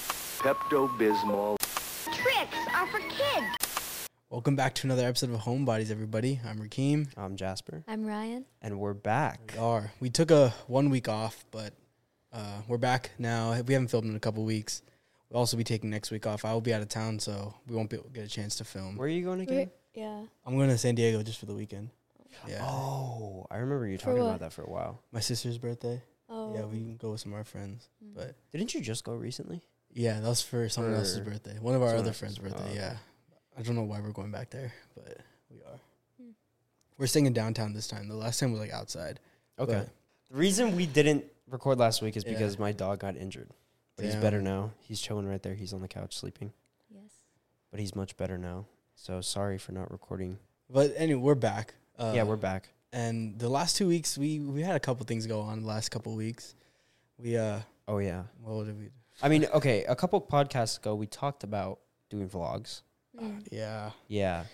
Pepto Bismol. Tricks are for kids. Welcome back to another episode of Homebodies, everybody. I'm Rakeem. I'm Jasper, I'm Ryan. and we're back. We are. We took a one week off, but uh, we're back now. We haven't filmed in a couple weeks. We'll also be taking next week off. I will be out of town, so we won't be able to get a chance to film. Where are you going again? Yeah. I'm going to San Diego just for the weekend. Yeah, Oh, I remember you For talking about what? that for a while. my sister's birthday. Oh. Mm. Yeah, we can go with some of our friends. But Didn't you just go recently? yeah, that was for someone else's For birthday. One of our someone other else's- friends' oh, birthday. okay. Yeah, I don't know why we're going back there, but we are. Hmm. We're staying in downtown this time. The last time was like outside. Okay. but- The reason we didn't record last week is Yeah. because my dog got injured. But he's Damn. better now. He's chilling right there. He's on the couch sleeping. Yes. But he's much better now. So sorry for not recording. But anyway, we're back. Uh, yeah, we're back. and the last two weeks we we had a couple things go on the last couple weeks we uh Oh yeah. what did we I mean, okay, a couple podcasts ago we talked about doing vlogs. Mm. yeah Ah, Yeah.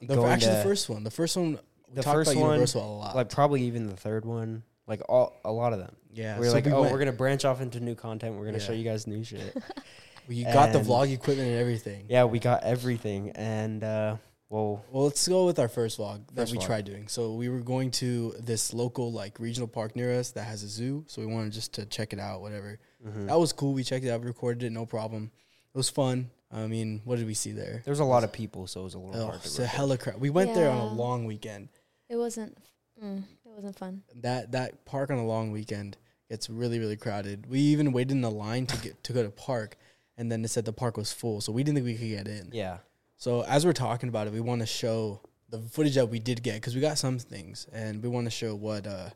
the, Going actually the to- first one the first one we The talked first about one, universal a lot like probably even the third one, like all a lot of them. yeah we were so like, oh, went- we're gonna branch off into new content. We're gonna show Yeah. you guys new shit. you got the and- vlog equipment and everything yeah, we got everything, and uh, well, well let's go with our first vlog that First we vlog. tried doing so we were going to this local like regional park near us that has a zoo so we wanted just to check it out whatever mhm. that was cool we checked it out we recorded it no problem it was fun i mean what did we see there there was a lot of people, so it was a little oh, hard to. it's a record. hella crap we went there on a Yeah. long weekend It wasn't. Mm, it wasn't fun. that that park on a long weekend gets really really crowded. We even waited in the line to get to go to park, and then it said the park was full, so we didn't think we could get in. yeah, So as we're talking about it, we want to show the footage that we did get because we got some things, and we want to show what uh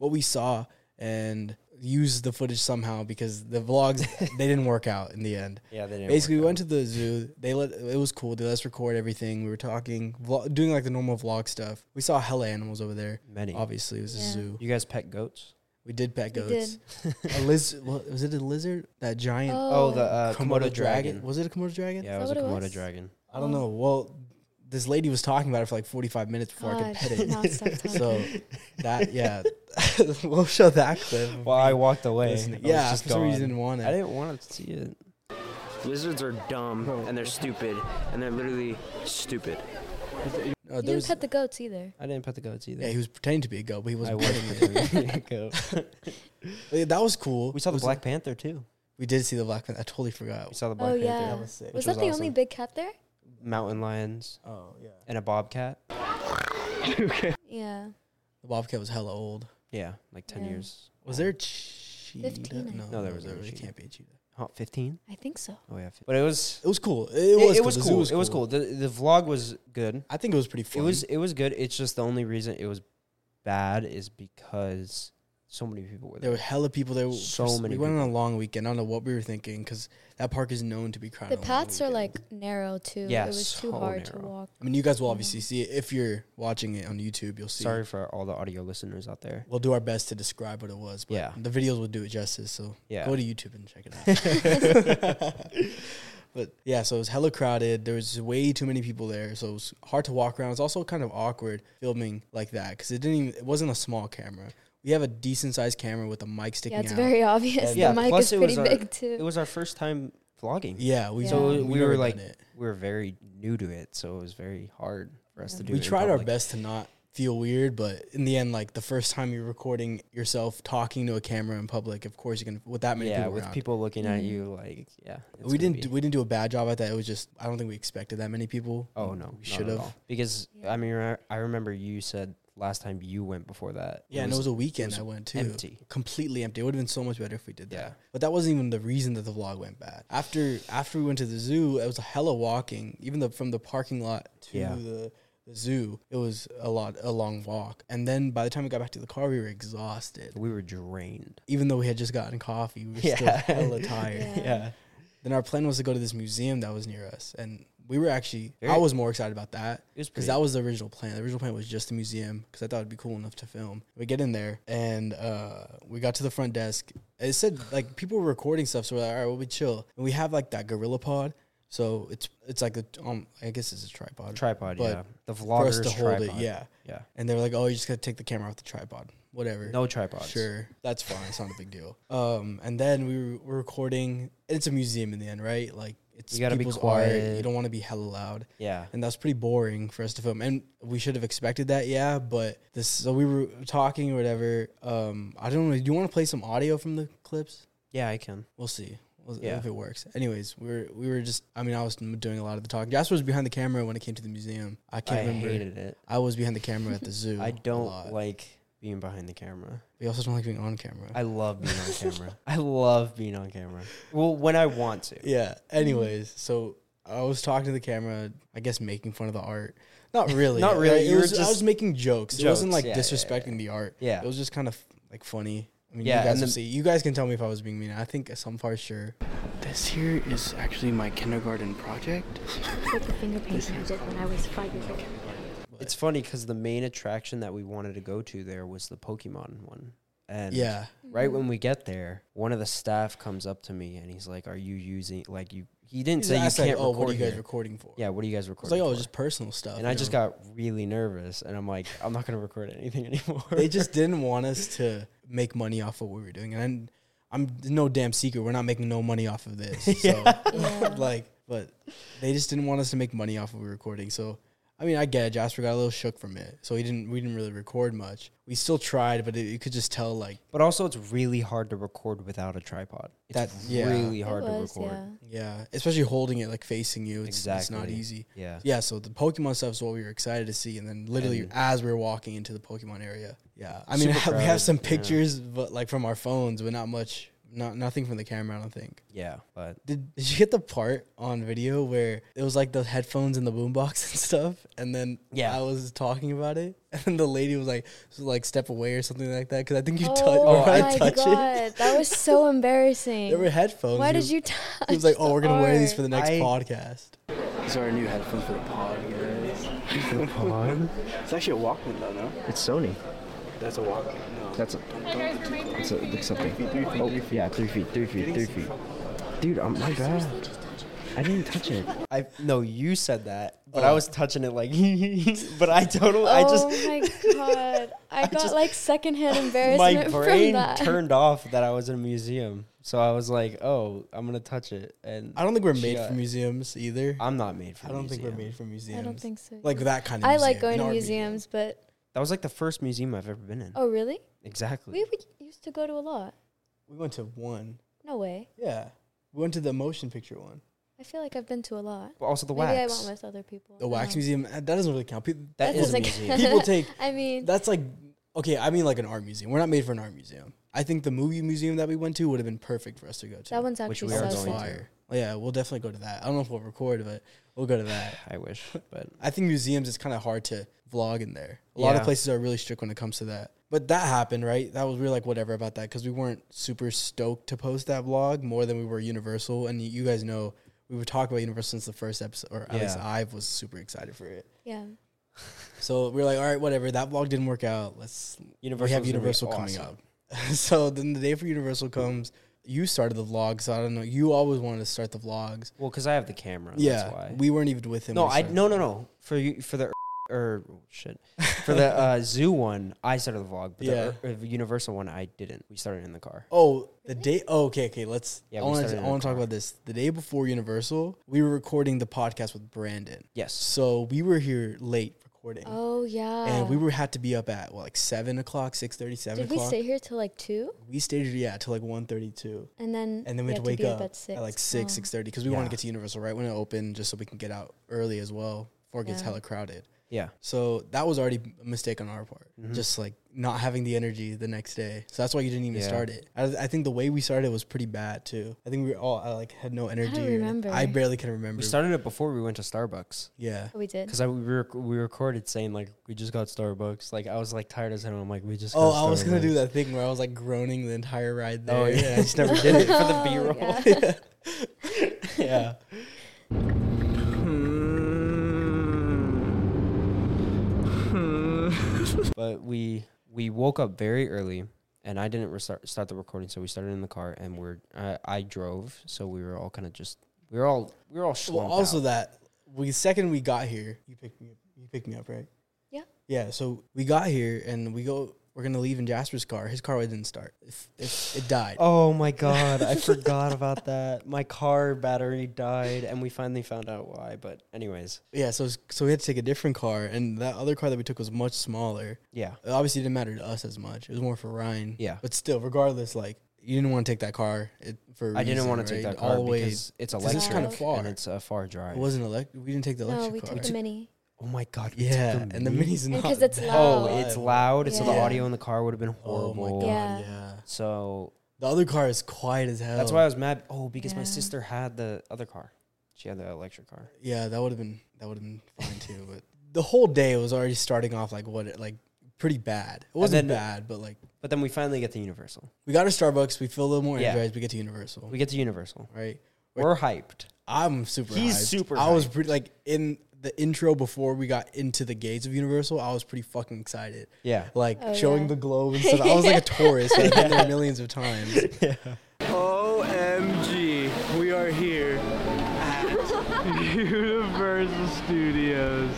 what we saw and use the footage somehow because the vlogs they didn't work out in the end. yeah. They didn't Basically, we work went to the zoo. They let it was cool. They let us record everything. We were talking, vlog, doing like the normal vlog stuff. We saw hella animals over there. out. many. Obviously, it was a Yeah. zoo. You guys pet goats? We did pet We goats. a lizard was it a lizard? That giant Oh, the uh, Komodo, dragon. Was it a Komodo dragon? Yeah, it was Is that a what Komodo it was? dragon. I don't Oh. know. Well, this lady was talking about it for like 45 minutes before I could God, pet it. nonstop talking. uh, So that yeah, we'll show that clip. Well, I walked away. I Listening. was Yeah, just for some reason gone. didn't want I it. didn't want to see it. Lizards are dumb and they're stupid and they're literally stupid. Uh, You there didn't was, pet the goats either. I didn't pet the goats either. yeah, he was pretending to be a goat, but he I wasn't. wasn't petting a goat. Like, that was cool. We It Oh, saw the was- Black Panther too. We did see the black. Panther. I totally forgot. We saw the Black Panther. yeah. That was sick. Which Was that was the only awesome. big cat there? Mountain lions Oh yeah. and a bobcat. Yeah. The bobcat was hella old. Yeah, like ten Yeah. years. Was there a cheetah? 15, I no, think. No, there was no There cheetah. can't be a cheetah. Uh, Huh, fifteen? I think so. Oh yeah, 15. but it was It was cool. It, it, was. it was The zoo cool. It was cool. The the vlog was good. I think it was pretty fun. It was it was good. It's just the only reason it was bad is because so many people were There there. were hella people there. So First- many We went on a long weekend. I don't know what we were thinking because that park is known to be crowded. the on long paths are weekends. like narrow too. Yeah, it was too so hard to narrow. walk. I mean, you Mhm. guys will obviously see it if you're watching it on YouTube. You'll see. Sorry for all the audio listeners out there. We'll do our best to describe what it was, but Yeah. the videos will do it justice. So Yeah. go to YouTube and check it out. but yeah, so it was hella crowded. There was way too many people there, so it was hard to walk around. It's also kind of awkward filming like that because it didn't. Even, it wasn't a small camera. We have a decent sized camera with a mic sticking Yeah, it's out. very obvious. Yeah, the mic plus is it pretty was our- big It too. was our first time vlogging. yeah, we So we, we never were done like- it. We were very new to it, so it was very hard for us to do. we it in tried our public. best to not feel weird, but in the end, like the first time you're recording yourself talking to a camera in public, of course you're gonna with that many Yeah, people. with around. people looking at Mhm. you, like yeah, it's we gonna didn't be- do, we didn't do a bad job at that. It was just I don't think we expected that many people. Oh no, we should have. because Yeah. I mean I- I remember you said last time you went before that. Yeah, and it was a weekend was I went to. empty. Completely empty. It would have been so much better if we did that. Yeah. But that wasn't even the reason that the vlog went bad. After after we went to the zoo, it was a hella walking. Even the, from the parking lot to Yeah. the, the zoo, it was a lot a long walk. And then by the time we got back to the car, we were exhausted. we were drained. even though we had just gotten coffee, we were still Yeah. hella tired. Yeah. Then our plan was to go to this museum that was near us, and we were actually I Very- was more excited about that It was because pretty. that was the original plan. The original plan was just the museum because I thought it'd be cool enough to film. We get in there and uh, we got to the front desk. It said like people were recording stuff, so we're like, all right, we'll be chill. And we have like that gorilla pod, so it's it's like a um I guess it's a tripod tripod. but yeah, the for us vloggers to hold tripod. it, yeah. yeah. And they were like, oh, you just gotta take the camera off the tripod. whatever. No tripods. Sure, that's fine. It's not a big deal. Um, and then we were, were recording. It's a museum in the end, right? Like it's You gotta be people's art. You quiet. don't want to be hella loud, Yeah. and that's pretty boring for us to film. And we should have expected that, yeah. But this, so we were talking or whatever. Um, I don't know. Do you want to play some audio from the clips? Yeah, I can. We'll see. We'll- Yeah. If it works. Anyways, we were we were just. I mean, I was doing a lot of the talking. Jasper was behind the camera when it came to the museum. I I can't remember. hated it. I was behind the camera at the zoo. I a don't lot. like being behind the camera. We also don't like being on camera. I love being on camera. I love being on camera. Well, when I want to. Yeah. Anyways, so I was talking to the camera, I guess making fun of the art. Not really. Not really, It you were was- I just- was making jokes. It wasn't like Jokes, yeah, yeah, disrespecting the art. Yeah. It was just kind of like funny. I mean, Yeah, you guys and will the- see. You guys can tell me if I was being mean. I think some far sure. This here is actually my kindergarten project. With the finger paint magic when I was five years old. It's funny because the main attraction that we wanted to go to there was the Pokemon one. And Yeah. right when we get there, one of the staff comes up to me and he's like, "Are you using like you?" He didn't He's say you asked, like, can't oh, record. what are you guys here." recording for? yeah, what are you guys It's recording? like, oh, for?" just personal stuff. And you I just know? got really nervous, and I'm like, I'm not gonna record anything anymore. They just didn't want us to make money off of what we were doing, and I'm, I'm no damn secret. We're not making no money off of this. So Yeah. like, but they just didn't want us to make money off of recording. So, I mean, I get it. Jasper got a little shook from it, so he didn't. We didn't really record much. We still tried, but it, you could just tell like, But also, it's really hard to record without a tripod. It's That- yeah. really It hard was, to record. yeah. yeah, especially holding it like facing you. It's, it's not Exactly. easy. Yeah. Yeah, so the Pokemon stuff is what we were excited to see, and then literally And- as we were walking into the Pokemon area, yeah, I mean, Super we have crowded, some yeah. pictures, but like from our phones, but not much, not nothing from the camera. I don't think. Yeah, but Did, did you get the part on video where it was like the headphones and the boombox and stuff? And then Yeah. I was talking about it, and the lady was like, was like step away or something like that because I think you touched. oh I my touch god, it. that was so embarrassing. There were headphones. Why He did was- you touch? He was like, "Oh, we're gonna wear these for art? the next I- podcast." These are our new headphones for the pod, guys. It's actually a Walkman, though, no? It's Sony. That's a Walkman. No. That's a, that's a like something. Oh yeah, three feet, three feet, three feet. Dude, I'm my bad. I didn't touch it. I no, you said that, but Oh. I was touching it like, but I totally, I oh just my god, I, got just- like secondhand my embarrassment from brain that. turned off that I was in a museum, so I was like, oh, I'm gonna touch it, and I don't think we're made Yeah. for museums either. I, I'm not made for. don't think we're museum. made for museums. I don't think so. like that kind of. I museum, like going an to art museums, but That was like the first museum I've ever been in. oh really? Exactly. We would, used to go to a lot. We went to one. No way. Yeah, we went to the motion picture one. I feel like I've been to a lot. but also the Maybe I wax. went with other people. The wax museum. uh, That doesn't really count. Pe- That That is a doesn't museum. count. People take I mean, That's like okay. I mean, like an art museum. We're not made for an art museum. I think the movie museum that we went to would have been perfect for us to go to. that one's Which we actually are so was going to. fun. fire. Yeah, we'll definitely go to that. I don't know if we'll record, but we'll go to that. I wish, but I think museums is kind of hard to vlog in there. A lot of Yeah. places are really strict when it comes to that. But that happened, right? That was we were like whatever about that because we weren't super stoked to post that vlog more than we were Universal, and y- you guys know we were talking about Universal since the first episode, or at least Yeah. I was super excited for it. Yeah. So we were like, all right, whatever. That vlog didn't work out. Let's Universal's we have gonna be Universal coming awesome. up. so then the day for Universal comes. You started the vlog, so I don't know. You always wanted to start the vlogs. Well, because I have the camera. That's yeah, why. we weren't even with him. no, when he I started. no no no for you for the or oh, shit for the uh, zoo one. I started the vlog, but Yeah. the Ur- uh, Universal one I didn't. We started in the car. Oh, the day. Oh, okay, okay. Let's. I Yeah, we want to. started I in a want to talk car. about this. The day before Universal, we were recording the podcast with Brandon. Yes, So we were here late recording, Oh yeah. and we were had to be up at what, like seven o'clock, six thirty, seven Did we o'clock. stay here till like two, we stayed yeah till like one thirty two. and then and then we had to wake be up, at six? at like six Oh. six thirty because we want Yeah. to get to Universal right when it opened, just so we can get out early as well before it gets Yeah. hella crowded. yeah, So that was already a mistake on our part, Mm-hmm. just like not having the energy the next day. So that's why you didn't even Yeah. start it. I, I think the way we started was pretty bad too. I think we were all I like had no energy. or- remember. I barely can remember. we started it before we went to Starbucks yeah. Oh, we did. because I we, rec- we recorded saying like we just got Starbucks. Like I was like tired as hell. I'm like we just. Oh, got I was gonna do Starbucks. that thing where I was like groaning the entire ride there. Oh yeah, I just never did. did it for the Oh, B roll. yeah. yeah. but we we woke up very early and i didn't restart, start the recording so we started in the car and we're uh, i drove so we were all kind of just we were all we were all Well, slumped also out. that we second we got here, you picked me. up You picked me up, right? Yeah. Yeah. So we got here and we go. We're gonna leave in Jasper's car. His car didn't start. If, if it died. Oh my god, I forgot about that. My car battery died, and we finally found out why. But anyways, Yeah. So so we had to take a different car, and that other car that we took was much smaller. yeah, It obviously didn't matter to us as much. It was more for Ryan. Yeah. But still, regardless, like you didn't want to take that car. It, for a I didn't reason, want to take right? that car all the way. because it's because electric it's kind of far. and it's a far drive. It wasn't electric. We didn't take the No, electric we car. took the mini. oh my god, we took yeah, and the mini- mini's And not 'cause it's that loud. Oh, it's reliable. loud, so the Yeah. audio in the car would have been Oh my horrible. god. Yeah. Yeah. So The other car is quiet as hell. that's why I was mad. Oh, because my Yeah. sister had the other car. She had the electric car. Yeah, that would have been that would have been fine too. But the whole day was already starting off like what it- like pretty bad. It wasn't then- bad, but like But then we finally get to Universal. we got to Starbucks. We feel a little more Yeah. energized. We get to Universal, We get to Universal. right? Wait. We're hyped. I'm super. He's hyped. super I was pretty like in the intro before we got into the gates of Universal. I was pretty fucking excited, Yeah. like Oh, showing yeah. the globe and stuff. I was like a tourist. I've been there millions of times. OMG, we are here at Universal Studios.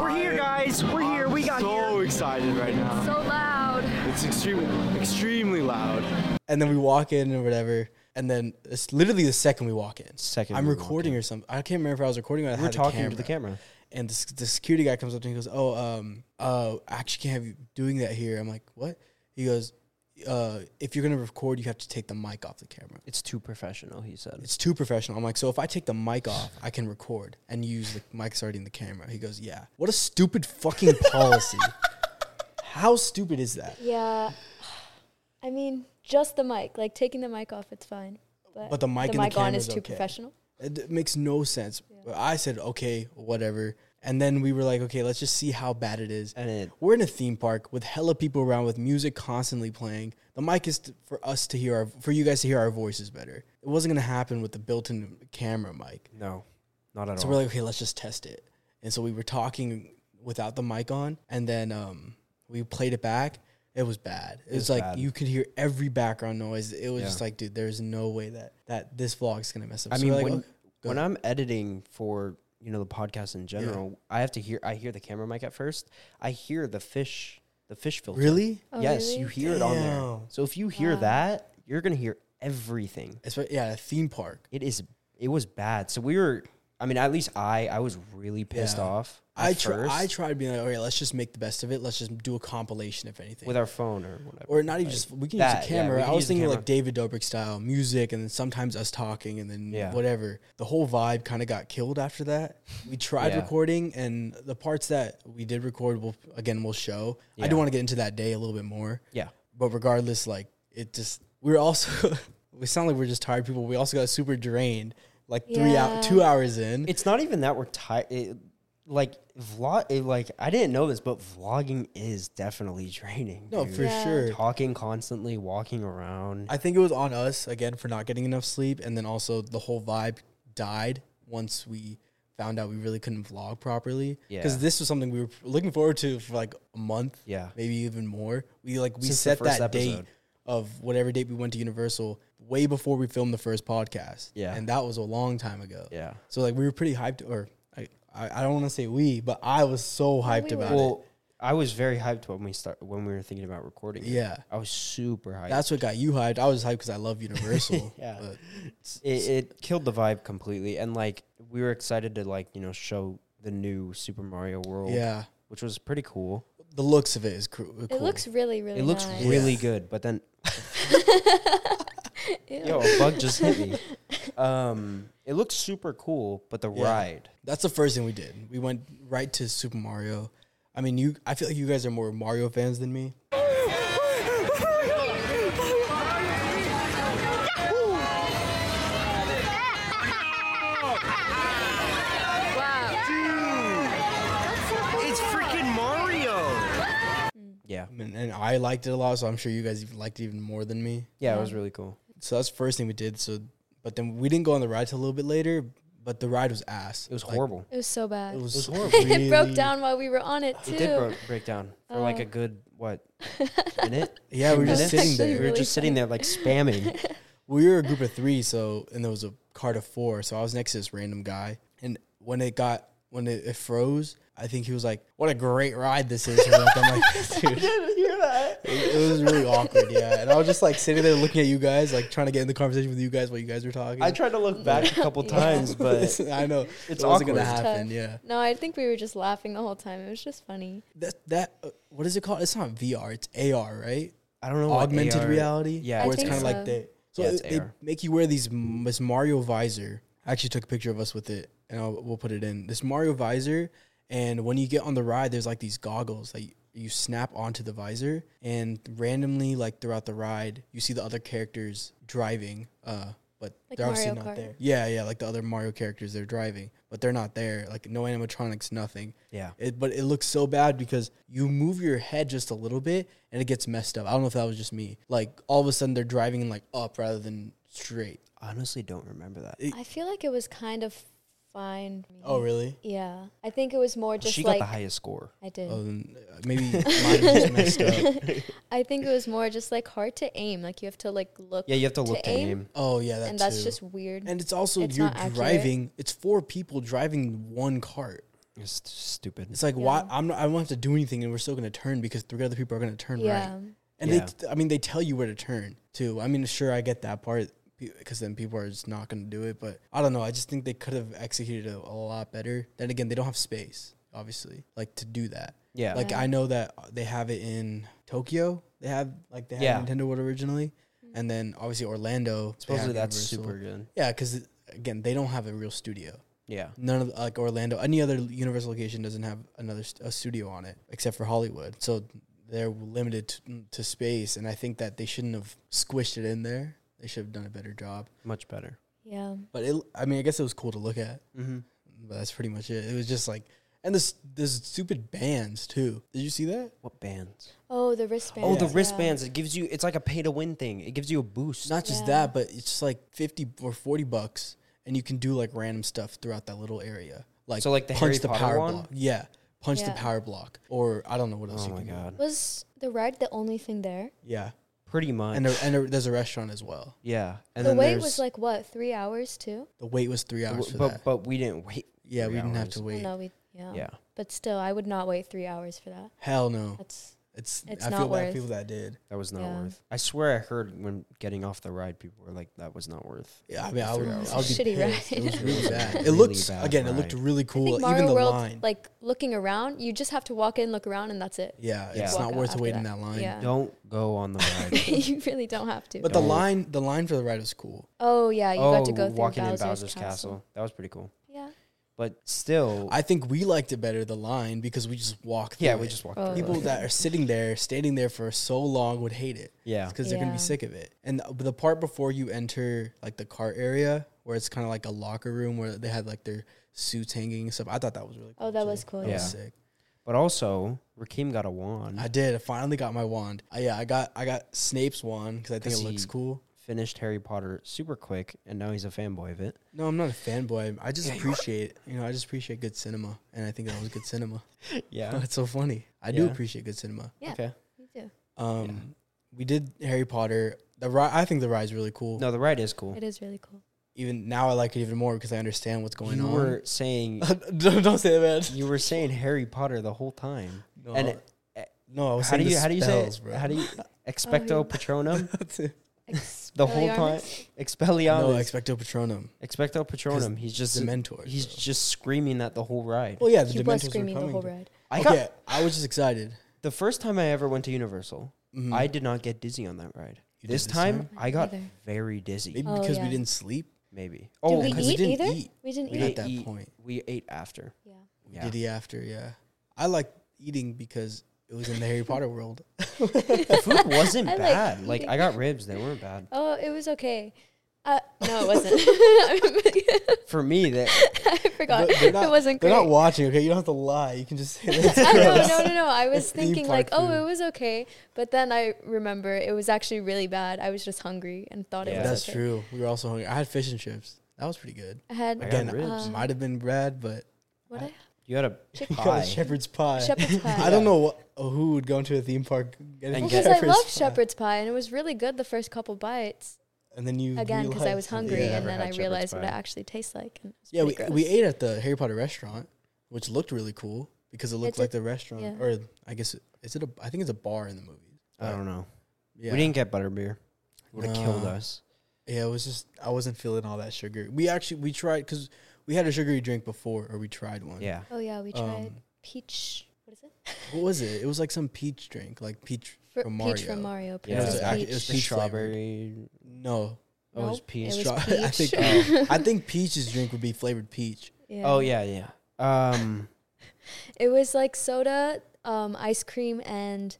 We're here, guys. We're here. We got so here. So excited right now. So loud. It's extremely, extremely loud. and then we walk in or whatever. And then it's literally the second we walk in. Second I'm we walk recording or something. I can't remember if I was recording or I We're had talking to the camera. and the, the security guy comes up to me and goes, "Oh, um, uh, I actually can't have you doing that here." I'm like, "What?" He goes, "Uh, if you're gonna record, you have to take the mic off the camera. It's too professional, he said. It's too professional." I'm like, "So if I take the mic off, I can record and use the mic starting the camera?" He goes, "Yeah." What a stupid fucking policy! How stupid is that? Yeah. I mean, just the mic. Like taking the mic off, it's fine. But, But the mic and the the mic on camera's is too okay. professional. It d- makes no sense. But I said, "Okay, whatever." And then we were like, "Okay, let's just see how bad it is." and it we're in a theme park with hella people around with music constantly playing. The mic is t- for us to hear our, for you guys to hear our voices better. It wasn't gonna happen with the built-in camera mic. no, not at So all. we're like, okay, let's just test it. And so we were talking without the mic on, and then um, we played it back. It was bad. It, was, was like bad. you could hear every background noise. It was Yeah. just like, dude, there's no way that that this vlog's gonna mess up. I So mean, we're like, "Oh, when, okay, go when ahead. I'm editing for you know the podcast in general, I have to hear. I hear the camera mic at first. I hear the fish, the fish filter. really, Oh, yes, you really? hear it on there. Damn. So if you hear Wow. that, you're gonna hear everything. It's, yeah, a theme park. It is. It was bad. So we were. I mean, at least I. I was really pissed Yeah. off. At I tr- first I tried being like, okay, let's just make the best of it. Let's just do a compilation, if anything, with our phone or whatever. or not even just we can that, use a yeah, we camera. can I was use the thinking camera. like David Dobrik style music, and then sometimes us talking, and then Yeah. whatever. The whole vibe kind of got killed after that. We tried Yeah. recording, and the parts that we did record, will again we'll show. I do Yeah. want to get into that day a little bit more, yeah. but regardless, like it just we were also we sound like we're just tired people. We also got super drained, like three Yeah. out two hours in. It's not even that we're tired. Like vlog. It, like I didn't know this, but vlogging is definitely draining. no, dude. for Yeah. sure. talking constantly, walking around. I think it was on us again for not getting enough sleep, and then also the whole vibe died once we found out we really couldn't vlog properly. Yeah. because this was something we were looking forward to for like a month, yeah. maybe even more. We like we Since the set first that date episode. of whatever date we went to Universal way before we filmed the first podcast. Yeah. and that was a long time ago. Yeah. so like we were pretty hyped, or I I, I don't want to say we, but I was so hyped we about it. Well, I was very hyped when we start when we were thinking about recording. it. Yeah. I was super hyped. That's what got you hyped. I was hyped because I love Universal. Yeah. but- it, it killed the vibe completely, and like we were excited to like you know show the new Super Mario World, yeah. which was pretty cool. The looks of it is cr- cool. It looks really, really it looks nice. really good, but then Ew. yo, a bug just hit me. Um, it looks super cool, but the Yeah. ride, That's the first thing we did. We went right to Super Mario. I mean, you. I feel like you guys are more Mario fans than me. It's freaking Mario! yeah, I mean, and I liked it a lot, so I'm sure you guys even liked it even more than me. yeah, it was really cool. So that's the first thing we did. So, but then we didn't go on the ride till a little bit later. But the ride was ass. It was Like, horrible. It was so bad. It was, was horrible. it broke down while we were on it too. It did bro- break down for like Oh. a good what minute. Yeah, we were Minutes? just sitting actually We there. were really just sitting there like spamming. we were a group of three, so and there was a cart of four, so I was next to this random guy, and when it got when it, it froze, I think he was like, "What a great ride this is!" or something. I'm like, dude, It, it was really awkward, yeah. And I was just like sitting there looking at you guys, like trying to get in the conversation with you guys while you guys were talking. I tried to look back a couple times, but I know It's it wasn't gonna awkward. happen. Tough. Yeah, No, I think we were just laughing the whole time. It was just funny. that that uh, what is it called? It's not VR. It's AR, right? I don't know. what Augmented AR reality. Yeah, where I it's think kind of so. like they. So Yeah, it's they- they AR. make you wear these m- this Mario visor. I actually took a picture of us with it, and I'll, we'll put it in this Mario visor. And when you get on the ride, there's like these goggles that you, you snap onto the visor, and randomly, like throughout the ride, you see the other characters driving. Uh, but Like they're obviously Mario not Kart. there. Yeah, yeah, like the other Mario characters, they're driving, but they're not there. Like no animatronics, nothing. Yeah. It, but it looks so bad because you move your head just a little bit and it gets messed up. I don't know if that was just me. Like all of a sudden they're driving like up rather than straight. Honestly, don't remember that. I feel like it was kind of fine. for me. Oh really? Yeah. I think it was more just she got like the highest score. I did. Oh, then uh, maybe mine was messed up. I think it was more just like hard to aim. Like you have to like look. Yeah, you have to look to aim. Oh yeah, that and that's too. just weird. and it's also it's you're not accurate. driving. It's four people driving one cart. It's st- stupid. It's like why I'm not. I won't have to do anything, and we're still gonna turn because three other people are gonna turn yeah. right. And Yeah. they, I mean, they tell you where to turn too. I mean, sure, I get that part because then people are just not going to do it. But I don't know. I just think they could have executed it a lot better. Then again, they don't have space, obviously, like to do that. yeah, Like I know that uh, they have it in Tokyo. They have like they had Yeah. Nintendo World originally, and then obviously Orlando. they have supposedly that's Universal. super good. Yeah, because again, they don't have a real studio. Yeah, None of like Orlando, any other Universal location doesn't have another st- a studio on it except for Hollywood. So they're limited to, to space, and I think that they shouldn't have squished it in there. They should have done a better job. much better. Yeah. But it, I mean, I guess it was cool to look at. Mm-hmm. But that's pretty much it. It was just like, and this this stupid bands too. Did you see that? What bands? Oh, the wristband. Oh, the Yeah. wristbands. It gives you. It's like a pay to win thing. It gives you a boost. Not just Yeah. that, but it's just like fifty or forty bucks, and you can do like random stuff throughout that little area. Like So, like, the Harry Potter power one? block. Yeah, punch the Yeah. power block, or I don't know what else. oh you my can do. god. Was the ride the only thing there? Yeah. Pretty much. and a, and a, there's a restaurant as well. yeah. And the then wait there's- was like what three hours too? The wait was three hours w- for but that. but we didn't wait. yeah, we three didn't have hours. to Oh, wait. No, we yeah. Yeah. But still, I would not wait three hours for that. Hell no. That's It's, It's I not feel bad for worth- people that did. That was not Yeah. worth. I swear I heard when getting off the ride, people were like, "That was not worth." Yeah, I mean, I would, Three I would hours. be Shitty pissed. It ride. was really bad. It Really looked bad again. It looked ride. really I cool. think Mario Even the World, line. like looking around, you just have to walk in, look around, and that's it. yeah, Yeah. it's Walk not out worth after waiting that. that line. Yeah. Don't go on the ride. you really don't have to. But the Don't. line, the line for the ride was cool. oh yeah, you oh, got to go through walking Bowser's, in Bowser's Castle. Castle. That was pretty cool. Yeah. But still, I think we liked it better the line because we just walked. yeah, through we it. just walked. Oh. through People it. that are sitting there, standing there for so long would hate it. Yeah. because they're gonna Yeah. be sick of it. And the, the part before you enter like the cart area, where it's kind of like a locker room where they had like their suits hanging and stuff. I thought that was really cool. Oh, that too. was cool, That yeah. Mm-hmm. was sick. But also, Rakim got a wand. I did. I finally got my wand. I, yeah, I got I got Snape's wand because I think 'Cause it looks he- cool. finished Harry Potter super quick, and now he's a fanboy of it. No, I'm not a fanboy. I just appreciate you know I just appreciate good cinema, and I think that was good cinema. Yeah. That's so funny. I do Yeah. appreciate good cinema. Yeah. Okay. Me too. Um, we did Harry Potter. The ride, I think the ride's really cool. No, the ride is cool. It is really cool. Even now, I like it even more because I understand what's going you on. were saying don't, don't say that, man. you were saying Harry Potter the whole time. No, and I- it- no, I was how do saying you the how do you say spells, it? bro. how do you expecto patronum the whole time? Oh, Expelliarmus? no Expelliarmus. expecto patronum? 'Cause expecto patronum. He's just Dementors, He's bro. just screaming that the whole ride. Well, yeah, the He was Dementors were screaming the coming. whole ride. I okay, got I was just excited. the first time I ever went to Universal. Mhm. I did not get dizzy on that ride. You did This this time, time? I got Neither. very dizzy. Maybe Oh, because we yeah. didn't sleep. Maybe. Did Oh, we 'cause because we eat didn't either? eat. We didn't We eat. at that point. we ate after. Yeah. We Yeah. Did he after? Yeah, I like eating because it was in the Harry Potter world. food wasn't I like bad. Like, eating. I got ribs; they weren't bad Oh, it was okay. Uh, no, it wasn't. for me. That I forgot. They're not- it wasn't They're great. not watching. Okay, you don't have to lie. You can just say that. I know, no, no, no. I was It's theme thinking park like, oh, food. it was okay, but then I remember it was actually really bad. I was just hungry and thought Yeah. it was. That's okay. true. We were also hungry. I had fish and chips. That was pretty good. I had I got Again, ribs. uh, might have been Brad, but what? I, you had a Chicken- you got a pie. shepherd's pie. shepherd's pie. I don't know what, oh, who would go into a theme park and, And Because get I love shepherd's pie, and it was really good the first couple bites. And then you Again, because I realize- was hungry, Yeah. and then Never had I shepherd's realized what it pie. actually tastes like. And it was Yeah, we, pretty we gross. ate at the Harry Potter restaurant, which looked really cool. because it looked It's a- like the restaurant, yeah. or I guess is it a? I think it's a bar in the movie. I don't know. Yeah, We didn't get butterbeer. Would have killed No. us. Yeah, it was just I wasn't feeling all that sugar. We actually we tried because we had a sugary drink before, or we tried one. Yeah. Oh yeah, we tried Um, peach. What is it? what was it? It was like some peach drink, like peach Fr- from Mario. peach from Mario. Yeah, it was Princess act- peach. it was The peach strawberry. No, Oh, it was Nope, peach. It was straw- I peach. think oh, I think peach's drink would be flavored peach. Oh yeah, yeah. Um, It was like soda, um, ice cream, and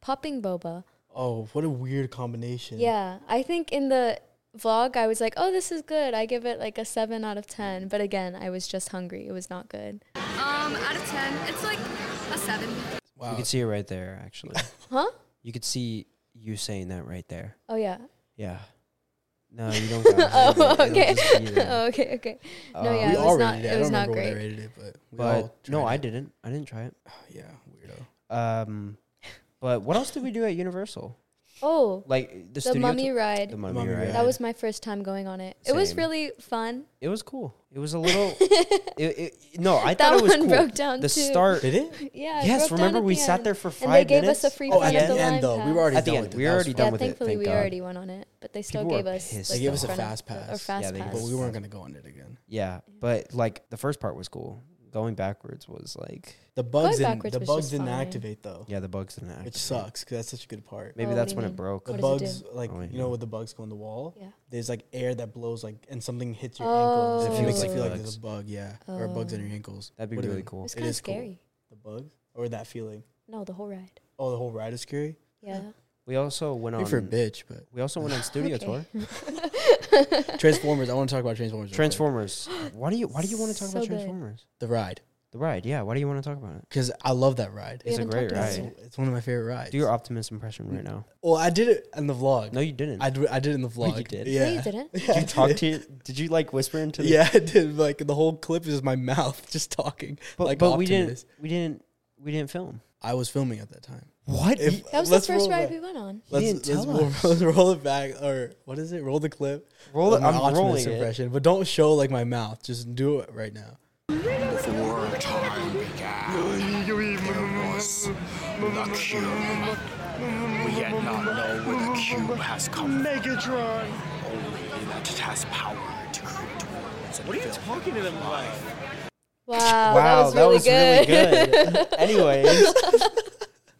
popping boba. Oh, what a weird combination. Yeah, I think in the vlog I was like, "Oh, this is good." I give it like a seven out of ten. But again, I was just hungry. It was not good. Um, out of 10, it's like a 7. Wow. you could see it right there. Actually, Huh? you could see you saying that right there. Oh yeah. Yeah. No, you don't. gotta Oh, read it. It'll okay. just be there. Oh, okay. Okay. No, Um, yeah, we it all was rated it. I not. It don't was not remember what I great. rated it, but we all But no, tried I it. didn't. I didn't try it. Yeah, weirdo. Um, but what else did we do at Universal? Oh, Like the, the studio mummy tour- ride. The mummy, Mummy ride. Ride. that was my first time going on it. It was Same. really fun. It was cool. It was a little. it, it, no, I thought That it was one cool. broke down the too. start. Did it? Yeah. it broke yes, down remember at we the sat end. there for five and they gave minutes. us a free Oh, front at of the the line end though, pass. we were already At the done end, with it. we That were was already fun. Yeah, done with it, thankfully thank we God. already went on it, but they still People were gave us pissed like, They gave the us a front of- fast or pass. fast Yeah, they gave pass. But we weren't gonna go on it again. Yeah, but like the first part was cool. Going backwards was like The bugs didn't. backwards The was bugs just didn't fine. activate though, yeah, the bugs didn't act. which sucks because that's such a good part. Maybe Oh, what that's do you when it mean? broke. The What does it bugs, like Oh, you yeah. know, with the bugs go on the wall. Yeah. There's like air that blows, like, and something hits your ankle. and Oh. It makes Feels you like feel like bugs. there's a bug, yeah, or bugs on Oh. your ankles. That'd be Would've really been- It cool. was It kind of is cool. scary. The bugs or that feeling. No, the whole ride. Oh, the whole ride is scary. Yeah. We also went Maybe on. for a bitch, but We also went on studio Okay. tour. Transformers. I want to talk about Transformers. real quick. Transformers. Why do you Why do you want to talk So about good. Transformers? the ride The ride. Yeah. Why do you want to talk about it? because I love that ride. We It's a haven't great talked about It's, ride. it. it's one of my favorite rides. Do your Optimus impression right now. well, I did it in the vlog. No, you didn't. I, d- I did it in the vlog. you did? No, Yeah. No, you didn't. Yeah, I you talked did. to. Your, did you like whisper into? The, Yeah, I did. Like the whole clip is my mouth just talking. But, like but we Optimus. didn't. We didn't. We didn't film. I was filming at that time. What? If- That was let's the first roll ride back. we went on. Let's, didn't let's tell roll, us. let's roll it back, or what is it? Roll the clip. roll it. of my I'm Optimus rolling it. impression, but don't show like my mouth. Just do it right now. Before time began, there was the cube. We yet not know where the cube has come from, Megatron. only that it has power to create worlds and What are you fill talking to them about? Wow, that was really good. good. anyways,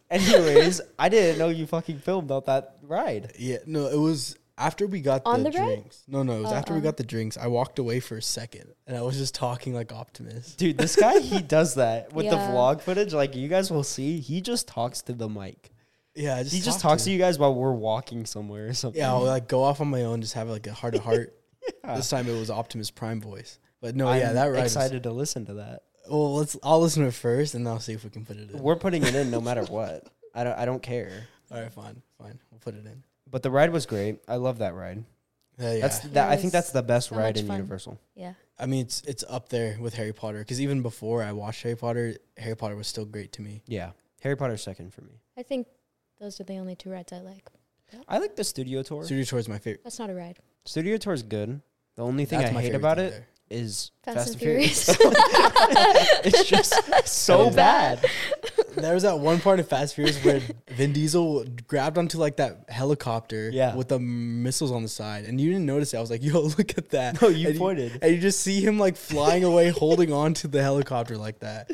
anyways, I didn't know you fucking filmed out that ride. Yeah, no, it was after we got On the, the ride? Oh, drinks. No, no, it was after we got the drinks. I walked away for a second, and I was just talking like Optimus. Dude, this guy he does that with Yeah. the vlog footage. Like you guys will see, he just talks to the mic. Yeah, I just He talked just talks to you guys while we're walking somewhere or something. Yeah, I'll like go off on my own, just have like a heart to heart. This time it was Optimus Prime voice. But no, I'm Oh, yeah, that right. excited to listen to that. well, let's. I'll listen to it first, and I'll see if we can put it in. We're putting it in no matter what. I don't. I don't care. All right, fine, fine. We'll put it in. But the ride was great. I love that ride. Uh, yeah, That's that. I think was that's the best so ride much in fun. Universal. Yeah. I mean, it's it's up there with Harry Potter because even before I watched Harry Potter, Harry Potter was still great to me. Yeah, Harry Potter second for me. I think those are the only two rides I like. I like the studio tour. Studio Tour is my favorite. That's not a ride. Studio tour is good. The only thing That's I my hate favorite about thing it there. is Fast, and, Furious. it's just so bad. There was that one part of Fast Furious where Vin Diesel grabbed onto like that helicopter Yeah. with the missiles on the side, and you didn't notice it. I was like, "Yo, look at that!" No, you and pointed. and you just see him like flying away, holding on to the helicopter like that.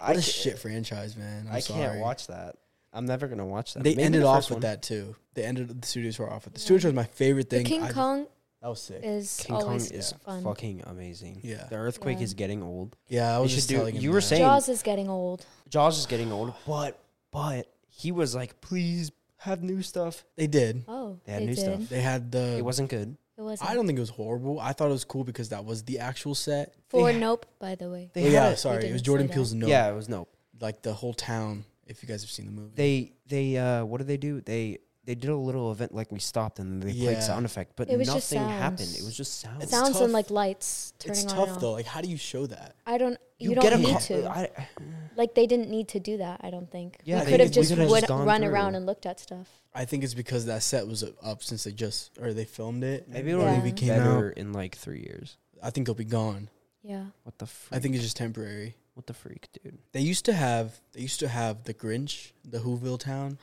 I What a ca- shit franchise, man! I'm I sorry. can't watch that. I'm never gonna watch that. They Maybe ended the off first with one. that too. They ended the Studio Tour off with the Studio Tour is my favorite the thing. King I- Kong that was sick. is King Kong always is fun. fucking amazing. Yeah. the earthquake Yeah. is getting old. yeah, I They was should just do- telling him you were that. saying- Jaws is getting old. Jaws is getting old, but but he was like, please have new stuff. they did. Oh, They had they new did. stuff. They had the. It wasn't good. It wasn't. I don't think it was horrible. I thought it was cool because that was the actual set. For ha- Nope, by the way. They Oh, yeah, had a- sorry, it didn't was say Jordan that. Peele's no. Yeah, it was nope. like the whole town. If you guys have seen the movie, They they uh what did they do? They they did a little event like we stopped and they Yeah. played sound effect, but It was nothing just happened. sounds. It was just sound. It's Sounds tough. and like lights turning it's on. and tough off. though. Like, how do you show that? I don't. You, don't need car- to. I- like they didn't need to do that. I don't think. Yeah, we they could have could- just we could've would just gone run through. around and looked at stuff. I think it's because that set was up since they just or they filmed it. Maybe The it'll Yeah. movie be came better out. in like three years. I think it'll be gone. Yeah. What the? Freak? I think it's just temporary. What the freak, dude? They used to have they used to have the Grinch, the Whoville town.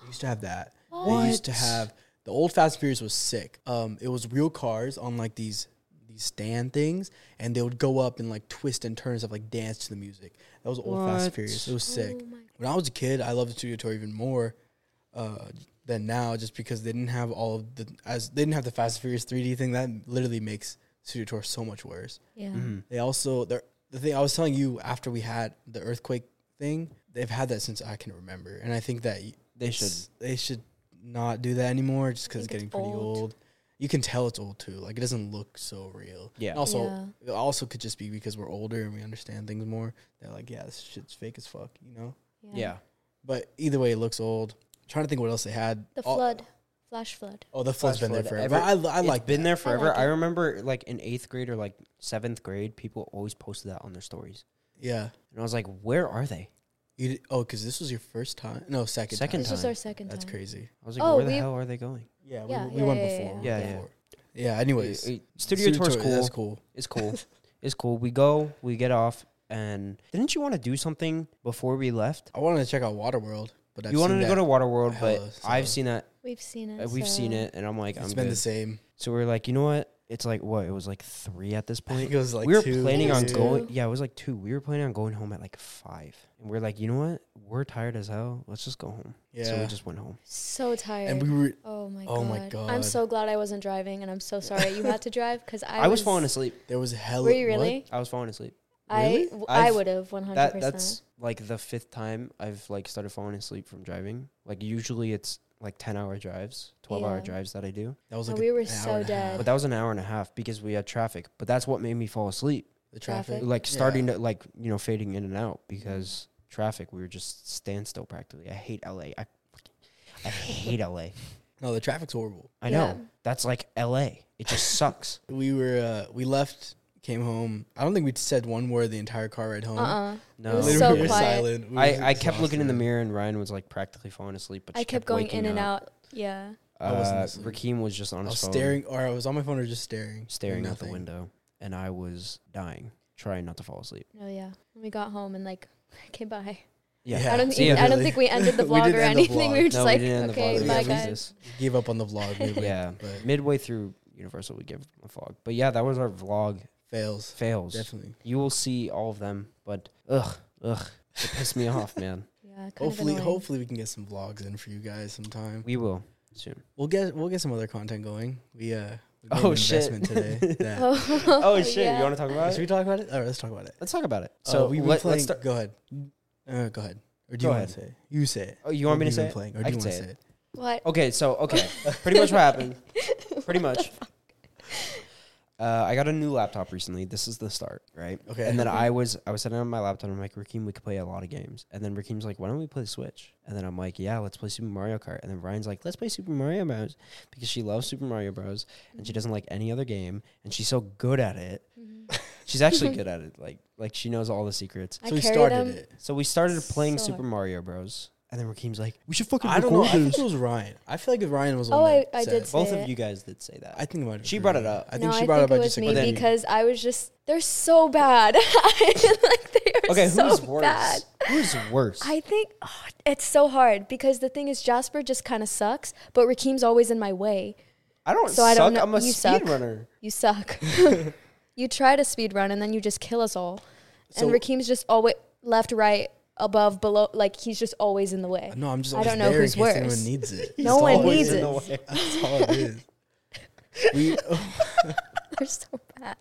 They used to have that. They used to have the old Fast and Furious was sick. Um, it was real cars on like these these stand things, and they would go up and like twist and turn and stuff, like dance to the music. That was old Fast and What? Furious. It was sick. when I was a kid, I loved the studio tour even more uh, than now, just because they didn't have all of the as they didn't have the Fast and Furious 3D thing. That literally makes studio tour so much worse. Yeah. They also they're- the thing I was telling you after we had the earthquake thing, they've had that since I can remember, and I think that y- They it's- should. they should not do that anymore just because it's Think it's getting pretty old. old. You can tell it's old too. Like it doesn't look so real. Yeah. And also, it also could just be because we're older and we understand things more. They're like, yeah, this shit's fake as fuck, you know. Yeah. But either way, it looks old. trying to think what else they had. The All- flood, flash flood. Oh, the flood's Flash been there flood forever. ever- But I, I It's like been that. there forever. I, like it. remember like in eighth grade or like seventh grade, people always posted that on their stories, Yeah. and I was like, "Where are they?" You did, oh, because this was your first time? No, second. Second This time. was time. our second That's time. crazy. I was like, Oh, "Where the we- hell are they going?" Yeah, Yeah, we, we yeah, went yeah, yeah, before. yeah. Yeah, yeah. before. Yeah. Anyways, Hey, hey, studio tour's tour, cool. That's cool. It's cool. it's cool. We go, we get off, and didn't you want to do something before we left? I wanted to check out Waterworld, but I've you wanted seen to go that. to Waterworld, Hella, but I've so- seen that. We've seen it. uh, We've seen so- it, and I'm like, It's I'm been good. the same. So we are like, you know what? It's like what? It was like three at this I point. think it was like we were two, planning on two. going. Yeah, it was like two. We were planning on going home at like five, and we are like, you know what? We're tired as hell. Let's just go home. So we Yeah. just went home. So tired. and we were. Oh my god. Oh my I'm God. so glad I wasn't driving, and I'm so sorry you had to drive because I, I, was, falling asleep. There was hell. Were you really? I was falling asleep. I Really? w- I I've- would have 100. That percent that's like the fifth time I've like started falling asleep from driving. Like usually it's like ten hour drives, twelve hour Yeah. drives that I do. That was Oh, like we an were hour and so a half. dead. But that was an hour and a half because we had traffic. But that's what made me fall asleep. The Traffic. traffic. Like Yeah. starting to like you know fading in and out because traffic. We were just standstill practically. I hate LA. I I hate LA. No, the traffic's horrible. I Yeah. know that's like LA. It just sucks. We were. Uh, we left. Came home. I don't think we said one word the entire car ride home. Uh uh. No. was Literally, so we were quiet. silent. We I, were I kept looking in the exhausted. mirror and Ryan was like practically falling asleep. But I she kept going waking in and up. out. Yeah. I wasn't Uh, asleep. Rakeem was just on I his was phone, staring, or I was on my phone, or just staring, staring out the Nothing. window, and I was dying, trying not to fall asleep. No. Yeah. When we got home and like. Okay, bye. Yeah, I don't. Yeah, think I don't really. think we ended the We vlog didn't or end the anything. vlog. We were no, just we like, didn't end okay, the vlog. bye We guys. just- Gave up on the vlog. Midway, Yeah, but midway through Universal, we gave a vlog. But yeah, that was our vlog. fails. Fails. Definitely. You will see all of them, but ugh, ugh, it pissed me off, man. Yeah. Kind Hopefully, of annoying. hopefully we can get some vlogs in for you guys sometime. We will soon. We'll get we'll get some other content going. We uh we made Oh, an shit. investment today. that- Oh shit, yeah. you want to talk about Should we it? talk about it? All right, let's talk about it. Let's talk about it. So So we've been let, playing. us start. Go ahead. Uh, go ahead. Or do Go you want ahead. to say? It? You say it. Oh, you want me What to have you been say? it? Playing, or I do you can want to say say it. it? What? Okay, so okay, pretty much what happened. Pretty much. Uh, I got a new laptop recently. This is the start, right? Okay. And then I was I was sitting on my laptop. and I'm like, Rakeem, we could play a lot of games. And then Rakeem's like, Why don't we play Switch? And then I'm like, Yeah, let's play Super Mario Kart. And then Ryan's like, Let's play Super Mario Bros. Because she loves Super Mario Bros. And she Mm-hmm. doesn't like any other game. And she's so good at it. She's actually good at it. Like like she knows all the secrets. I So we carry started them. it. So we started playing So Super hard. Mario Bros. And then Rakeem's like, We should fucking I don't know. I record think this. it was Ryan. I feel like Ryan was. the Oh, one I- that I said did it. say- Both it. of you guys did say that. I think it might have She been brought it Ryan. up. I think no, she I brought think it up by it was just me like then- because I was just they're so bad. like they are Okay, so who's worse? bad. Who's worse? I think oh, it's so hard because the thing is Jasper just kind of sucks, but Rakeem's always in my way. I don't So I suck. don't know. I'm a You suck. speedrunner. You suck. you try to speed run and then you just kill us all. So- and Rakeem's just always left, right, above, below. Like he's just always in the way. No, I'm just. I always don't know there who's in case worse. Anyone needs it. No one always needs in it. the way. That's all it is. We oh, They're so bad.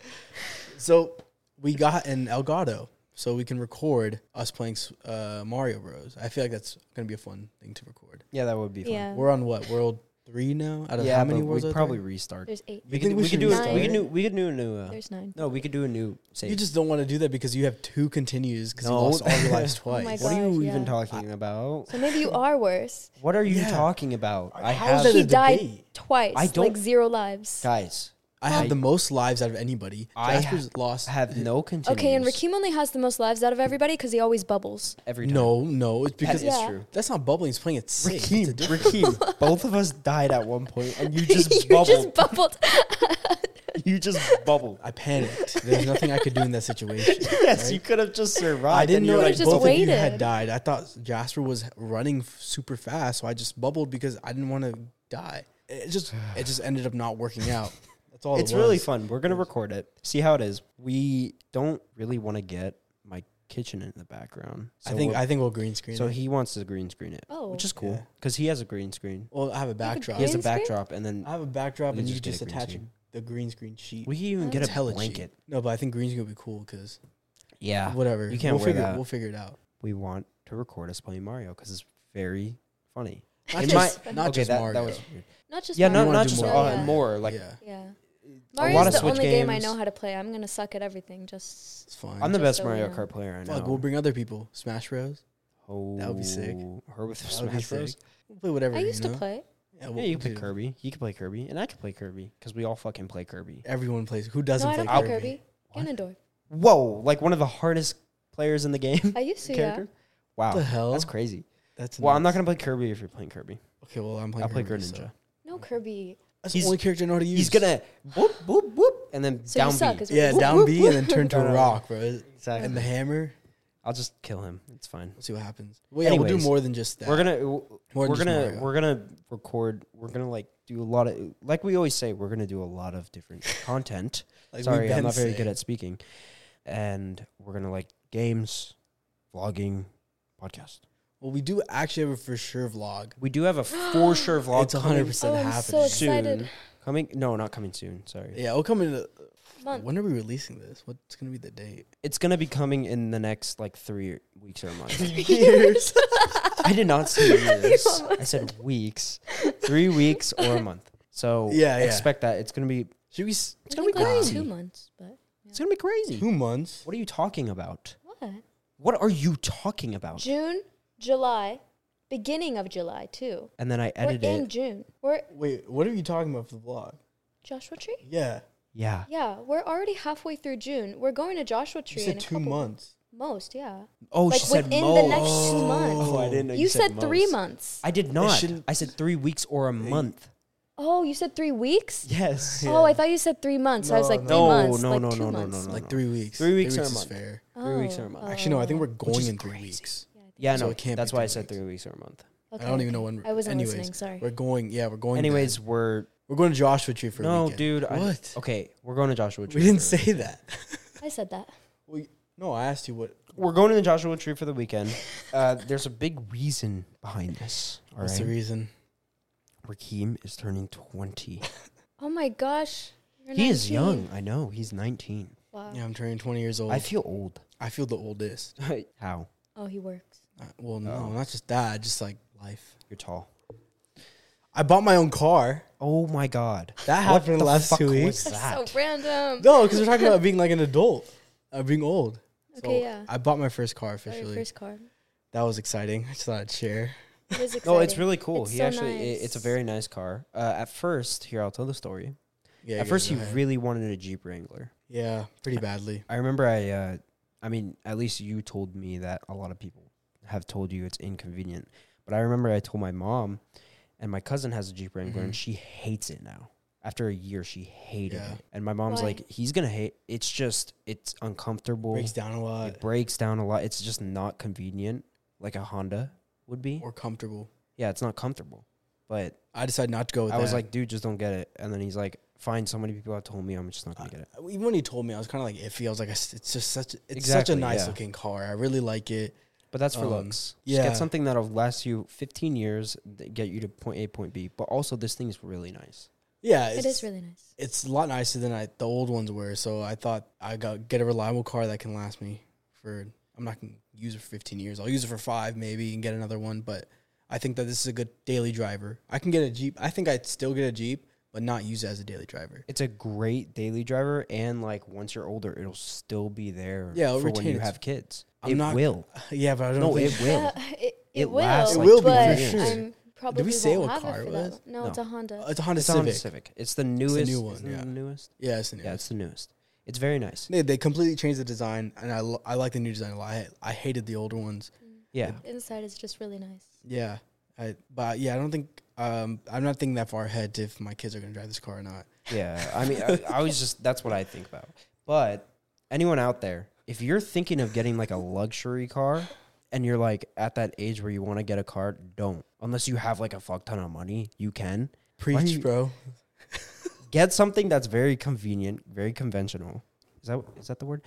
so we got an Elgato so we can record us playing uh, Mario Bros. I feel like that's gonna be a fun thing to record. Yeah, that would be fun. Yeah. We're on what world three now? Out of yeah, how many but worlds? We are probably There? restart. There's eight. You we could, think we we could should do a, restart we could it? do we could do a new. Uh, There's nine. no, we could do a new save. You just don't want to do that because you have two continues because No. you lost all your lives Oh my twice. what are you gosh, even yeah. talking about? So maybe you are worse. What are you Yeah. talking about? I How is have that He a died debate. twice. I don't- like zero lives. guys. I have the most lives out of anybody. I Jasper's lost. Have no continues. Okay, and Rakim only has the most lives out of everybody because he always bubbles. every time. no, no, it's because is Yeah. true. That's not bubbling. It's playing it safe. It's a Rakeem, different- Rakeem, both of us died at one point, and you just you bubbled. just bubbled. you just bubbled. I panicked. There's nothing I could do in that situation. yes, you could have just survived. I didn't and you're know like, like just both of you had waited. died. I thought Jasper was running f- super fast, so I just bubbled because I didn't want to die. It just it just ended up not working out. That's all. it's it really was. fun. We're gonna record it. See how it is. We don't really want to get my kitchen in the background. I think we'll- I think we'll green screen. so it. he wants to green screen it, Oh. which is Yeah. cool because he has a green screen. well, I have a backdrop. He has a Green screen? backdrop, and then I have a backdrop, We and you just just, get a green attach screen. the green screen sheet. we can even get It's hella a cheap. blanket. No, but I think green screen would be cool because Yeah, whatever. You can't we'll wear figure that. we'll figure it out. we want to record us playing Mario because it's very funny. Not In just, my- not okay, just that, Mario. that was weird. Not just yeah, Mario. no, wanna not do just more. more. Yeah. more like yeah, Yeah. lot Mario's of the Switch only game I games. know how to play. I'm gonna suck at everything. Just it's fine. I'm the Just best so we Mario know. Kart player I know. Fuck, we'll bring other people. Smash Bros. oh, that would be sick. Her with That would be Smash Bros. sick. We'll play whatever. I you used know. to play. Yeah, Yeah, we'll you play do. Kirby. You can play Kirby, and I can play Kirby because we all fucking play Kirby. Everyone plays. Who doesn't No, I don't play play Kirby? Kirby. Ganondorf. Whoa, like one of the hardest players in the game. I used to. Yeah. Character. Wow, What the hell? that's crazy. That's Well, I'm not nuts. gonna play Kirby if you're playing Kirby. Okay, well, I'm playing. I'll play Kirby, Greninja. so- No Kirby. That's He's- the only character I know how to use. He's gonna whoop whoop whoop, and then So down you suck. B. Is what yeah you're down saying. B and then turn to No, a no, no. rock, bro. Exactly. And the hammer. I'll just kill him. It's fine. We'll see what happens. Well, yeah, we'll do Anyways, more than just that. We're gonna w- More than we're just gonna Mario. we're gonna record. We're gonna like do a lot of like we always say. We're gonna do a lot of different content. Like we've Sorry, I'm been not very good saying. at speaking. And we're gonna like games, vlogging, podcast. Well, we do actually have a for sure vlog. We do have a for sure vlog. It's coming 100% Oh, I'm so happening. excited. soon. Coming? No, not coming soon. Sorry. yeah, we'll come in. uh, Month. When are we releasing this? What's gonna be the date? It's gonna be coming in the next like three weeks or a month. Years. I did not say years. I said weeks, three weeks or a month. So Yeah, yeah. expect that. It's gonna be Should we? s- It's gonna be crazy. Two months, but it's gonna be crazy. Two months. What are you talking about? what? What are you talking about? June, July, beginning of July too. And then I We're edit in it. June. We're Wait, what are you talking about for the vlog? Joshua Tree. Yeah, Yeah. Yeah, we're already halfway through June. We're going to Joshua Tree you in said a two couple- months. Most, yeah. Oh, like she said within most. the next two months. Oh, I didn't know you, said, three months. I did not. shouldn't- I said three weeks or a month. Oh, you said three weeks. Yes. Oh, I thought you said three months. I was like three no, months, no, like no, two no, no, months. no, no. Like three weeks. Three weeks or a is month. fair. Three weeks or a Oh, month. Actually, no. I think we're going is in three crazy. weeks. Yeah, So no. it can't That's be why three I said weeks. three weeks or a month. Okay, I don't even okay. know when. I wasn't anyways, listening. Sorry. We're going. Yeah, we're going. Anyways, then. we're we're going to Joshua Tree for a no, weekend. dude. I- What? okay, we're going to Joshua Tree. we didn't for- say that. I said that. we, no, I asked you what. We're going to the Joshua Tree for the weekend. Uh, there's a big reason behind this. All What's the right, reason? Rakeem is turning twenty. Oh my gosh. You're He is 19. young. I know. He's 19. Wow. Yeah, I'm turning 20 years old. I feel old. I feel the oldest. How? Oh, he works. Uh, well, no, Oh. not just that. Just like life. You're tall. I bought my own car. Oh my God. That What happened in the the last fuck two was weeks. that? So random. No, because we're talking about being like an adult, uh, being old. Okay, yeah. I bought my first car Got your officially. first card. That was exciting. I just thought I'd share. It was No, it's exciting. really cool. It's he so actually, it- it's a nice. very nice car. Uh, at first, here I'll tell the story. Yeah. at go- first, go he ahead. really wanted a Jeep Wrangler. Yeah, pretty badly. I remember I, uh, I mean, at least you told me that a lot of people have told you it's inconvenient. But I remember I told my mom, and my cousin has a Jeep Wrangler, and she hates it now. After a year, she hated Mm-hmm. Yeah. it. And my mom's Why? like, he's going to hate It's just, it's uncomfortable. Breaks down a lot. it breaks down a lot. It's just not convenient like a Honda would be. Or comfortable. Yeah, it's not comfortable. But I decided not to go with I that. was like, dude, just don't get it. And then he's like, fine, so many people have told me I'm just not going Uh, to get it. even when he told me, I was kind of like iffy. I was like, "I s- it's just such, it's such Exactly, a nice yeah. looking car. I really like it. But that's for Um, looks. Just yeah. get something that'll last you 15 years, th- get you to point A, point B. But also, this thing is really nice. Yeah, It it's, is really nice. It's a lot nicer than I the old ones were. So I thought I got get a reliable car that can last me for. I'm not gonna use it for 15 years. I'll use it for five maybe and get another one. But I think that this is a good daily driver. I can get a Jeep. I think I'd still get a Jeep, but not use it as a daily driver. It's a great daily driver, and like once you're older, it'll still be there. Yeah, it'll for when retain you its- have kids, I'm it not- will. Yeah, but I don't No, think it will. it, it, It will. lasts, like, It will be, but for sure. I'm probably say won't what have car it it for that. was? long. No, No. it's a Honda. it's a Honda It's a Civic. Honda Civic. It's the newest. one, isn't it yeah. the newest. Yeah, it's the new. Yeah, it's the newest. It's very nice. They, they completely changed the design, and I, lo- I like the new design a lot. I, I hated the older ones. Yeah, Inside is just really nice. Yeah, I but yeah, I don't think I um, I'm not thinking that far ahead to if my kids are going to drive this car or not. Yeah, I mean, I, I was just that's what I think about. But anyone out there, if you're thinking of getting like a luxury car and you're like at that age where you want to get a car, don't. Unless you have like a fuck ton of money, you can. Why Preach, you- bro. Get something that's very convenient, very conventional. Is that is that the word?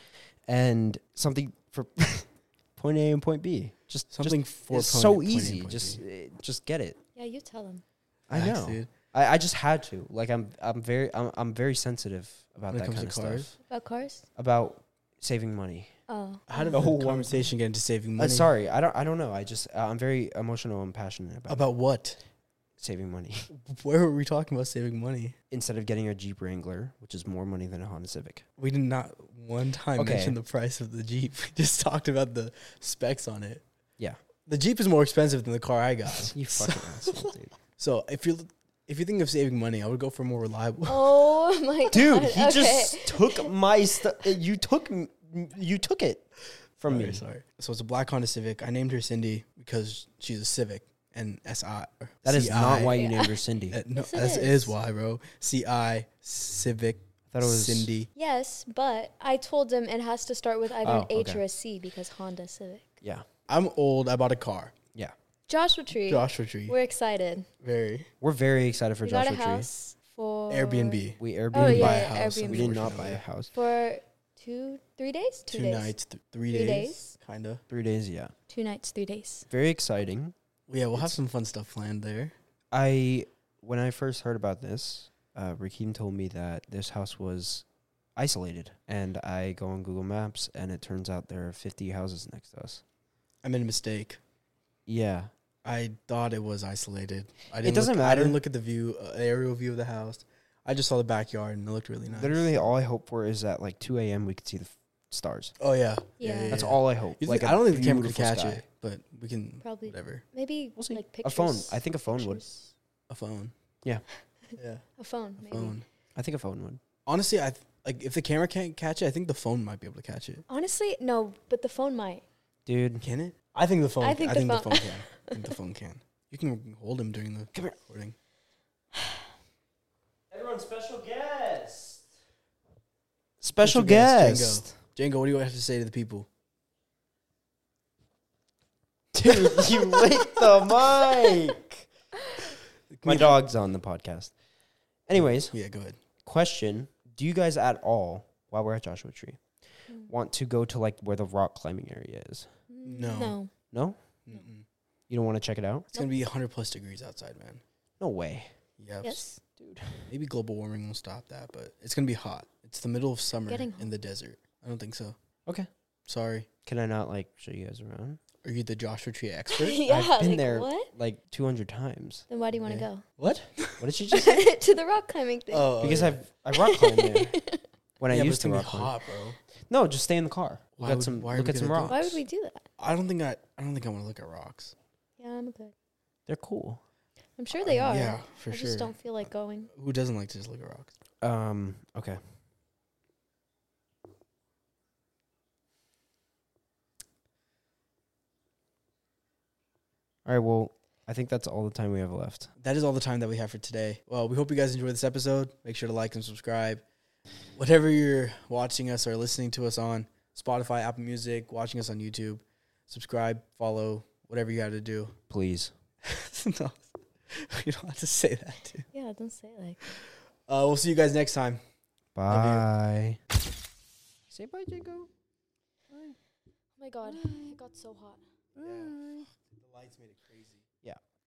And something for point A and point B. Just just- Something for it's point- so point A and easy. point just B. eh, just get it. Yeah, you tell them. I Facts, know. dude. I, I just had to. Like I'm I'm very I'm, I'm very sensitive about When it comes that kind of to cars? stuff. About cars? About saving money. Oh. How did No the one- conversation get into saving money? Uh, sorry, I don't I don't know. I just uh, I'm very emotional and passionate about, About what? saving money Where were we talking about saving money? instead of getting a Jeep Wrangler, which is more money than a Honda Civic. We did not one time Okay. mention the price of the Jeep. We just talked about the specs on it. Yeah. The Jeep is more expensive than the car I got. You fucking asshole, dude. So if you're if you think of saving money, I would go for more reliable. Oh my god. Dude, he okay. just took my stuff. You took m- you took it from Sorry, me. sorry. So it's a black Honda Civic. I named her Cindy because she's a Civic and S I. That is not CI. why you named her Cindy. Uh, I no, Yes, it that is. is why, bro. C I Civic. thought it was Cindy. Yes, but I told him it has to start with either an Oh, H okay. or a C because Honda Civic. Yeah, I'm old. I bought a car. yeah. Joshua Tree. Joshua Tree. We're excited. Very We're very excited for we Joshua got a house for Airbnb. Tree. We Airbnb. Oh, Uh, yeah, buy a house, Airbnb. We did not buy a house. for two, three days, two, Two days, nights, th- three, Three days, days. kinda. Three days. Yeah, two nights, three days. very exciting. Well, yeah, we'll have some fun stuff planned there. I when I first heard about this, uh, Rakeem told me that this house was isolated, and I go on Google Maps, and it turns out there are 50 houses next to us. I made a mistake. Yeah, I thought it was isolated. I didn't doesn't look, I matter. didn't look at the view, uh, aerial view of the house. I just saw the backyard and it looked really nice. literally, all I hope for is that like 2 a.m. we could see the f- stars. Oh yeah, Yeah. That's all I hope. You like think- a I don't think the camera could beautiful catch sky. it, but we can Probably. whatever Maybe We'll see. like a pictures. phone. I think a phone would. pictures. a phone. Yeah. yeah, A phone, maybe. phone. I think a phone would. Honestly, I th- like if the camera can't catch it, I think the phone might be able to catch it. Honestly, no, but the phone might. Dude, Can it? I think the phone. I I think think, the the, phone- phone. can. I think the phone can. You can hold him during the recording. special Mr. guest. Django. Django, what do you have to say to the people? Dude, you lit the mic. My dog's on the podcast. Anyways, Yeah, go ahead. question do you guys at all while we're at joshua tree Mm. want to go to like where the rock climbing area is No. No. no Mm-mm. you don't want to check it out It's gonna be 100 plus degrees outside, man. no way Yes. Yes. Maybe global warming will stop that, but it's gonna be hot. It's the middle of summer Getting hot. in the desert. I don't think so. Okay. Sorry. can i not like show you guys around Are you the Joshua Tree expert? yeah. i've been like, there What? like 200 times Then why do you want to Yeah. what what did she just say go to the rock climbing thing? oh, because yeah. i've i rock climbed there when yeah, i but used it's to gonna be rock climb hot, bro. no just stay in the car Why look at would- some why are look we at some gonna do rocks why would we do that? I don't think I. I don't think I want to look at rocks. Yeah, I'm good. they're cool I'm sure they Uh, are. Yeah, for I sure. just don't feel like going. Who doesn't like to just look at rocks? um okay all right well i think that's all the time we have left That is all the time that we have for today. Well, we hope you guys enjoyed this episode. Make sure to like and subscribe. Whatever you're watching us or listening to us on Spotify, Apple Music, watching us on YouTube, subscribe, follow, whatever you got to do. please no, you don't have to say that. Dude. Yeah, don't say it like. Uh, we'll see you guys next time. Bye. Say bye, Jacob. Oh my god, it got so hot. The lights made it crazy.